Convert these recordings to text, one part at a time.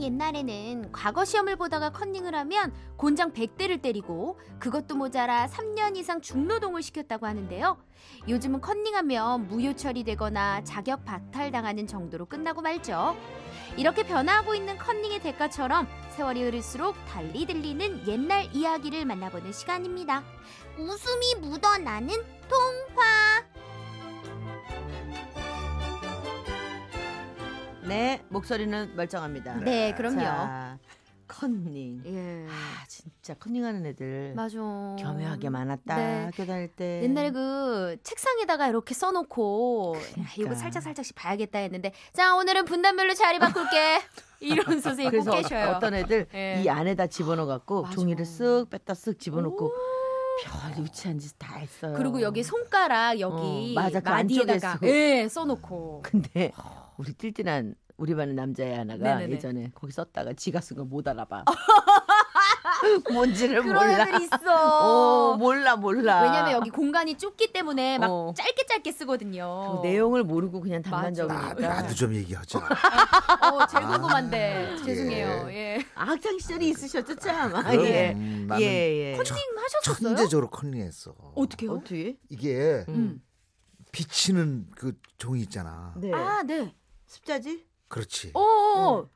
옛날에는 과거 시험을 보다가 컨닝을 하면 곤장 100대를 때리고 그것도 모자라 3년 이상 중노동을 시켰다고 하는데요. 요즘은 컨닝하면 무효 처리되거나 자격 박탈당하는 정도로 끝나고 말죠. 이렇게 변화하고 있는 컨닝의 대가처럼 세월이 흐를수록 달리 들리는 옛날 이야기를 만나보는 시간입니다. 웃음이 묻어나는 통화. 네, 목소리는 멀쩡합니다. 네, 네, 그럼요. 자, 컨닝. 예. 아, 진짜 컨닝하는 애들 맞아. 겸허하게 많았다. 네. 학교 다닐 때. 옛날에 그 책상에다가 이렇게 써놓고 아, 그러니까. 이거 살짝 살짝씩 봐야겠다 했는데 자 오늘은 분단별로 자리 바꿀게 이런 선생님 그래서 꼭 계셔요. 어떤 애들 예. 이 안에다 집어넣어 갖고 맞아. 종이를 쓱 뺐다 쓱 집어넣고 별 유치한 짓 다 했어요. 그리고 여기 손가락 여기 어, 맞아. 그 마디에다가 안쪽에 쓰고. 예 써놓고 근데 우리 띨띨한 우리 반 남자애 하나가 네네네. 예전에 거기 썼다가 지가 쓴 거 못 알아봐. 뭔지를 그런 몰라. 애들 있어. 어, 몰라 몰라. 왜냐면 여기 공간이 좁기 때문에 막 어. 짧게 짧게 쓰거든요. 그 내용을 모르고 그냥 나, 단반적이니까. 나도 좀 얘기하자. 어, 제일 궁금한데 아, 죄송해요. 예. 학창 시절이 있으셨죠 참. 아, 그럼 예. 나는 예, 예. 저- 컨닝 하셨어요? 천재적으로 컨닝했어. 어떻게요? 어떻게? 이게 음. 비치는 그 종이 있잖아. 네. 아 네. 습자지? 그렇지. 어, 어.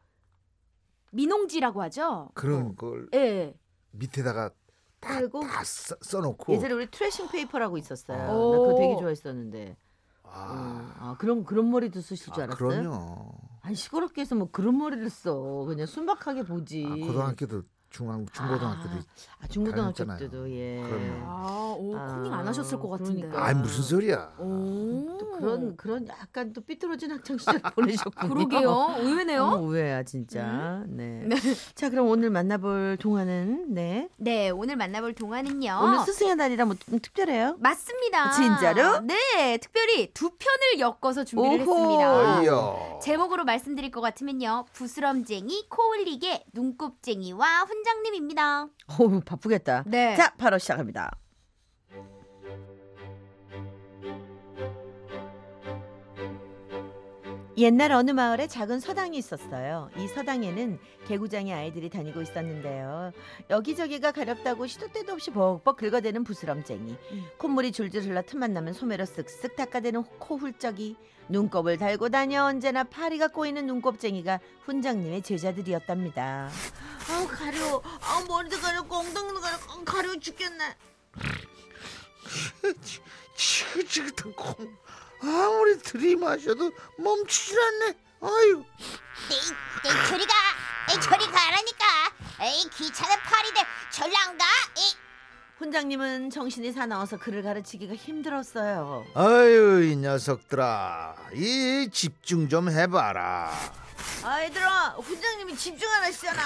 민홍지라고 하죠. 그런 어. 걸 예. 밑에다가 다, 깔고? 다 써, 써놓고. 예전에 우리 트래싱 페이퍼라고 있었어요. 오. 나 그거 되게 좋아했었는데. 아, 아, 아 그런 그런 머리도 쓰실 줄 아, 알았어요? 그럼요. 아니 시골학교에서 뭐 그런 머리를 써. 그냥 순박하게 보지. 아, 고등학교도 중앙 중고등학교도 아, 있- 아, 중고등학교 다녔잖아요. 때도 예. 그럼요. 아, 오, 아, 컨닝 안 하셨을 것 같은데. 그러니까. 아이 무슨 소리야. 오. 아, 또 그런 그런 약간 또 삐뚤어진 학창 시절 보내셨군요. 아, 그러게요. 음. 너무 의외네요. 우회야 진짜. 네. 자 그럼 오늘 만나볼 동화는 네. 네, 오늘 만나볼 동화는요. 오늘 스승의 날이라 뭐 좀 특별해요? 맞습니다. 진짜로? 네, 특별히 두 편을 엮어서 준비를 오호. 했습니다. 어이요. 제목으로 말씀드릴 것 같으면요. 부스럼쟁이, 코올리게, 눈곱쟁이와 훈장님입니다. 어우 바쁘겠다. 네. 자 바로 시작합니다. 옛날 어느 마을에 작은 서당이 있었어요. 이 서당에는 개구장의 아이들이 다니고 있었는데요. 여기저기가 가렵다고 시도 때도 없이 벅벅 긁어대는 부스럼쟁이, 콧물이 줄줄 흘러 틈만 나면 소매로 쓱쓱 닦아대는 코훌쩍이, 눈곱을 달고 다녀 언제나 파리가 꼬이는 눈곱쟁이가 훈장님의 제자들이었답니다. 아우 가려워 아우 머리도 가려워 엉덩이도 가려워 어, 가려워 죽겠네 지긋지긋한 콩 아무리 들이마셔도 멈추질 않네. 아유. 내 저리 가. 내 저리 가라니까. 에이 귀찮은 파리들 절로 안 가. 에이. 훈장님은 정신이 사나워서 그를 가르치기가 힘들었어요 아유 이 녀석들아 이 집중 좀 해봐라 아이들아 훈장님이 집중하라시잖아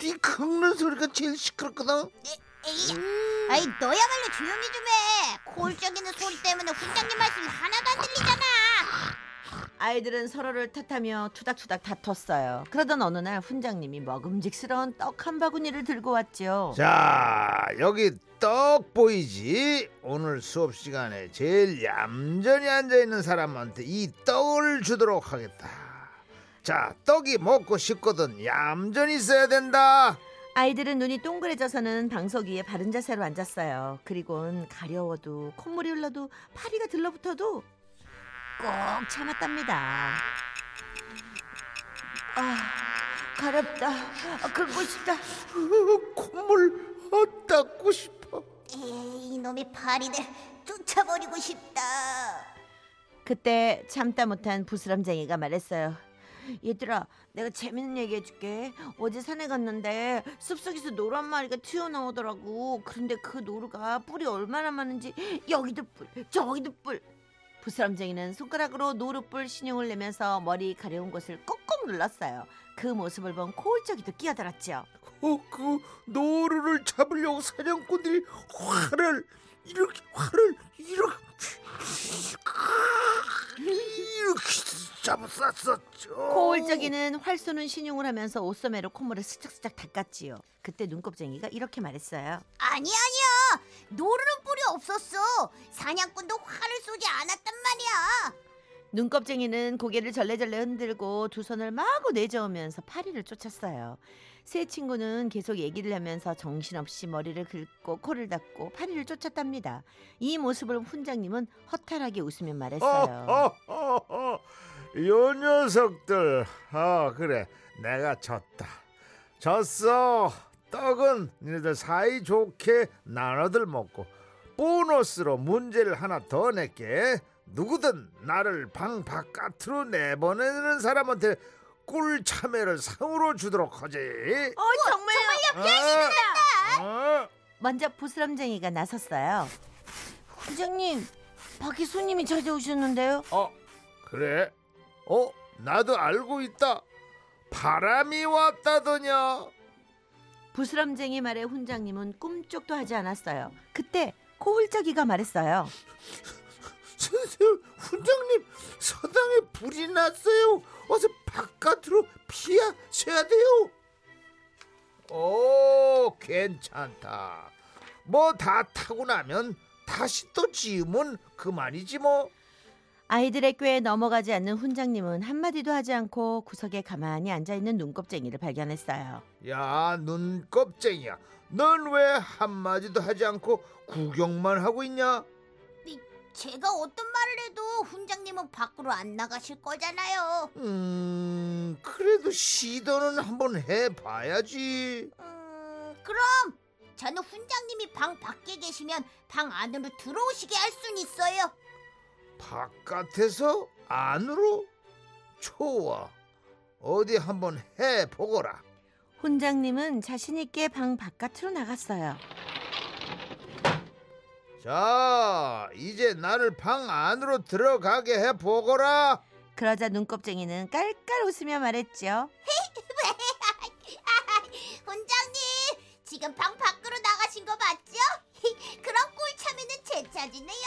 네 긁는 소리가 제일 시끄럽거든 에이. 음. 아이 너야말로 조용히 좀 해. 골적이는 소리 때문에 훈장님 말씀 하나도 안 들리잖아. 아이들은 서로를 탓하며 투닥투닥 다퉜어요 그러던 어느 날 훈장님이 먹음직스러운 떡 한 바구니를 들고 왔지요 자 여기 떡 보이지 오늘 수업 시간에 제일 얌전히 앉아있는 사람한테 이 떡을 주도록 하겠다 자 떡이 먹고 싶거든 얌전히 있어야 된다 아이들은 눈이 동그래져서는 방석 위에 바른 자세로 앉았어요 그리곤 가려워도 콧물이 흘러도 파리가 들러붙어도 꼭 참았답니다 아, 가렵다. 긁고 싶다. 어, 콧물 어, 닦고 싶어 에이 이놈의 파리들 쫓아버리고 싶다. 그때 참다 못한 부스럼쟁이가 말했어요. 얘들아, 내가 재밌는 얘기 해줄게. 어제 산에 갔는데 숲속에서 노란 마리가 튀어나오더라고. 그런데 그 노루가 뿔이 얼마나 많은지 여기도 뿔, 저기도 뿔. 부스럼쟁이는 손가락으로 노루뿔 신용을 내면서 머리 가려운 곳을 꾹꾹 눌렀어요. 그 모습을 본 코울적이도 끼어들었죠. 어, 그 노루를 잡으려고 사냥꾼들이 활을 이렇게 활을 이렇게 이렇게 잡았었죠. 코울적이는 활 쏘는 신용을 하면서 옷소매로 콧물을 스짝스짝 닦았지요. 그때 눈곱쟁이가 이렇게 말했어요. 아니 아니야 노르는 뿔이 없었어 사냥꾼도 화를 쏘지 않았단 말이야 눈껍쟁이는 고개를 절레절레 흔들고 두 손을 마구 내저으면서 파리를 쫓았어요. 세 친구는 계속 얘기를 하면서 정신없이 머리를 긁고 코를 닦고 파리를 쫓았답니다. 이 모습을 훈장님은 허탈하게 웃으며 말했어요. 어허허허. 요 녀석들. 아 그래. 내가 졌다. 졌어. 떡은 니네들 사이 좋게 나눠들 먹고 보너스로 문제를 하나 더 낼게. 누구든 나를 방 바깥으로 내보내는 사람한테 꿀 참외를 상으로 주도록 하지. 어, 정말요? 열심히 한다. 먼저 부스럼쟁이가 나섰어요. 훈장님, 밖에 손님이 찾아오셨는데요. 어 그래 어 나도 알고 있다 바람이 왔다더냐 부스럼쟁이 말에 훈장님은 꿈쩍도 하지 않았어요. 그때 코홀짜기가 말했어요. 선생님 훈장님 서당에 불이 났어요 어서 바깥으로 피하셔야 돼요 오 괜찮다 뭐 다 타고 나면 다시 또 지으면 그만이지 뭐 아이들의 꾀에 넘어가지 않는 훈장님은 한마디도 하지 않고 구석에 가만히 앉아있는 눈곱쟁이를 발견했어요. 야 눈껍쟁이야 넌 왜 한마디도 하지 않고 구경만 하고 있냐 제가 어떤 말을 해도 훈장님은 밖으로 안 나가실 거잖아요. 음 그래도 시도는 한번 해봐야지 음, 그럼 저는 훈장님이 방 밖에 계시면 방 안으로 들어오시게 할 순 있어요. 바깥에서 안으로 좋아 어디 한번 해보거라 훈장님은 자신있게 방 바깥으로 나갔어요. 자 이제 나를 방 안으로 들어가게 해보거라 그러자 눈곱쟁이는 깔깔 웃으며 말했죠. 훈장님, 지금 방 밖으로 나가신 거 맞죠? 그럼 꿀참이는 제 차지네요.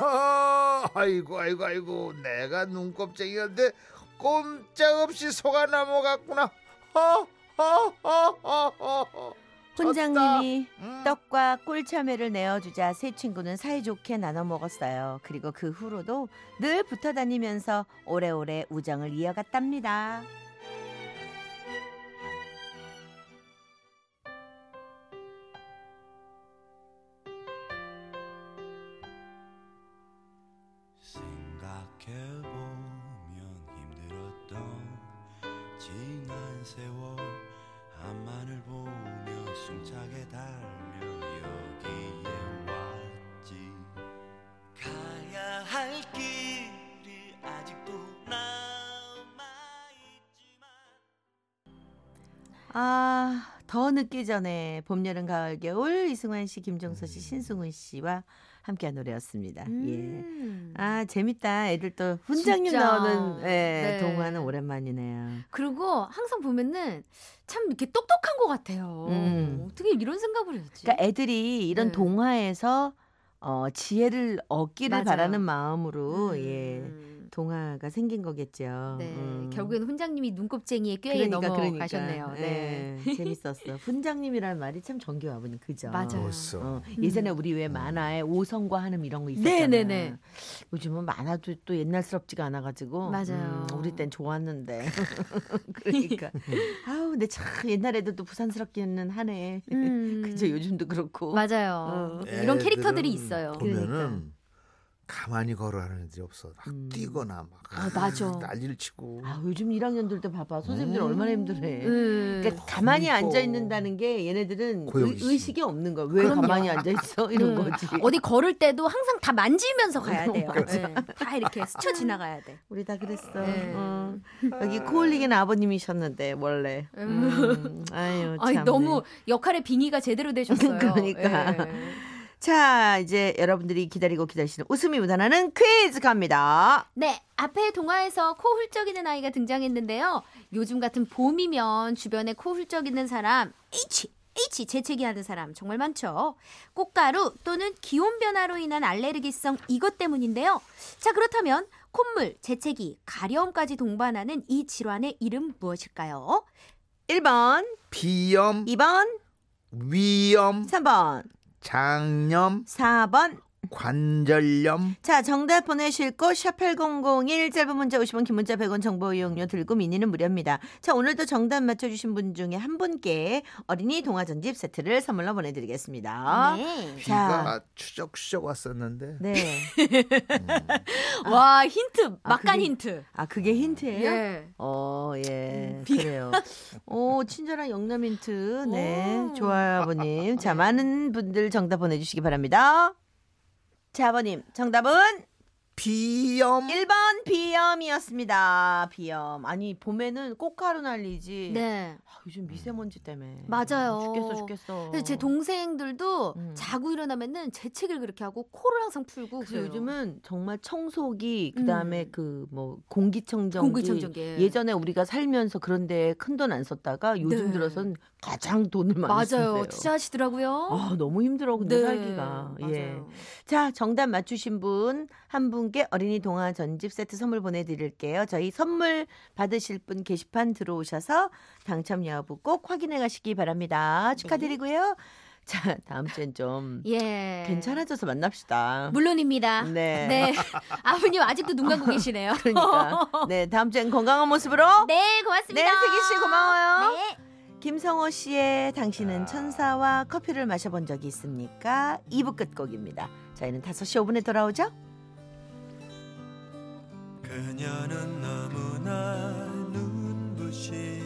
아, 아이고 아이고 아이고 내가 눈곱쟁이한테 꼼짝없이 속아 넘어갔구나 아, 아, 아, 아, 아. 훈장님이 음. 떡과 꿀참외를 내어주자 세 친구는 사이좋게 나눠 먹었어요. 그리고 그 후로도 늘 붙어 다니면서 오래오래 우정을 이어갔답니다. 생각해보면 힘들었던 지난 세월 앞만을 보며 숨차게 달려 여기에 왔지 가야 할 길이 아직도 남아있지만 아, 더 늦기 전에 봄, 여름, 가을, 겨울 이승환 씨, 김종서 씨, 신승훈 씨와 함께한 노래였습니다. 예. 음. 음. 아, 재밌다. 애들 또 훈장님 진짜. 나오는 예, 네. 동화는 오랜만이네요. 그러니까 그리고 항상 보면은 참 이렇게 똑똑한 것 같아요. 음. 어떻게 이런 생각을 했지? 그러니까 애들이 이런 네. 동화에서 어, 지혜를 얻기를 맞아요. 바라는 마음으로 예. 음. 동화가 생긴 거겠죠. 네, 음. 결국엔 훈장님이 눈곱쟁이의 꾀에 그러니까, 넘어가셨네요. 그러니까. 네. 예, 재밌었어. 훈장님이라는 말이 참 정교하군. 그죠? 맞아요. 어, 예전에 우리 왜 만화에 오성과 한음 이런 거 있었잖아요. 음. 네네네. 요즘은 만화도 또 옛날스럽지가 않아가지고 맞아요. 음, 우리 땐 좋았는데 그러니까 아우 근데 참 옛날에도 또 부산스럽기는 하네. 음. 예. 그죠 요즘도 그렇고 어. 맞아요. 이런 애들은 캐릭터들이 있어요. 예, 보면은 그러니까. 가만히 걸어가는 애들이 없어. 막 음. 뛰거나 막 아, 맞아. 난리를 치고. 아 요즘 1학년들도 봐봐 선생님들 음. 얼마나 힘들어해. 음. 그러니까 가만히 그러니까. 앉아 있는다는 게 얘네들은 고역이 의, 있어. 의식이 없는 거야. 왜 그럼요. 가만히 앉아 있어? 이런 음. 거지. 어디 걸을 때도 항상 다 만지면서 가야 돼요. 맞아. 네. 다 이렇게 스쳐 지나가야 돼. 우리 다 그랬어. 네. 어. 여기 코흘리는 아버님이셨는데 원래. 음. 아유 아니 참네. 너무 역할의 빙의가 제대로 되셨어요. 그러니까. 예. 자 이제 여러분들이 기다리고 기다리시는 웃음이 묻어나는 퀴즈 갑니다. 네, 앞에 동화에서 코 훌쩍이는 아이가 등장했는데요. 요즘 같은 봄이면 주변에 코 훌쩍이는 사람, H, H 재채기 하는 사람 정말 많죠. 꽃가루 또는 기온 변화로 인한 알레르기성 이것 때문인데요. 자, 그렇다면 콧물, 재채기, 가려움까지 동반하는 이 질환의 이름 무엇일까요? 1번, 비염, 2번, 위염, 3번, 장염, 4번, 관절염 자, 정답 보내실 곳, 샵8001, 짧은 문자 50원, 긴 문자 100원 정보 이용료 들고 미니는 무료입니다. 자, 오늘도 정답 맞춰주신 분 중에 한 분께 어린이 동화전집 세트를 선물로 보내드리겠습니다. 네. 자, 비가 추적추적 왔었는데 네. 와 힌트 아, 막간 그게- 힌트. 아, 그게 힌트예요? 예. 어, 예. 그래요. 오, 친절한 영남 힌트. 네. 오. 좋아요, 아버님. 자, 많은 분들 정답 보내주시기 바랍니다. 자, 아버님. 정답은? 비염 1번 비염이었습니다. 비염. 아니 봄에는 꽃가루 날리지. 네. 아, 요즘 미세먼지 때문에. 맞아요. 죽겠어 죽겠어. 그래서 제 동생들도 음. 자고 일어나면은 재채기를 그렇게 하고 코를 항상 풀고 그래서 그래요. 요즘은 정말 청소기 그다음에 음. 그 뭐 공기청정기. 공기청정기 예전에 우리가 살면서 그런데 큰 돈 안 썼다가 요즘 네. 들어선 가장 돈을 많이 맞아요 쓴대요. 투자하시더라고요. 네. 아 너무 힘들어 근데 살기가. 예. 맞아요. 자, 정답 맞추신 분 한 분께 어린이 동화 전집 세트 선물 보내드릴게요. 저희 선물 받으실 분 게시판 들어오셔서 당첨 여부 꼭 확인해 가시기 네. 바랍니다. 축하드리고요. 자, 다음 주엔 좀 예. 괜찮아져서 만납시다. 물론입니다. 네. 네. 아버님 아직도 눈 감고 계시네요. 그러니까. 네, 다음 주엔 건강한 모습으로. 네, 고맙습니다. 네, 세기 씨 고마워요. 네. 김성호 씨의 당신은 천사와 커피를 마셔본 적이 있습니까? 2부 끝곡입니다. 저희는 5시 5분에 돌아오죠. 그녀는 너무나 눈부신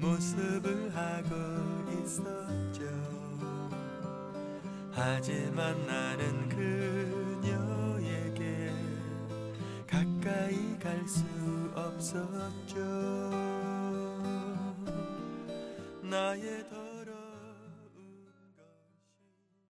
모습을 하고 있었죠 하지만 나는 그녀에게 가까이 갈 수 없었죠 나의 더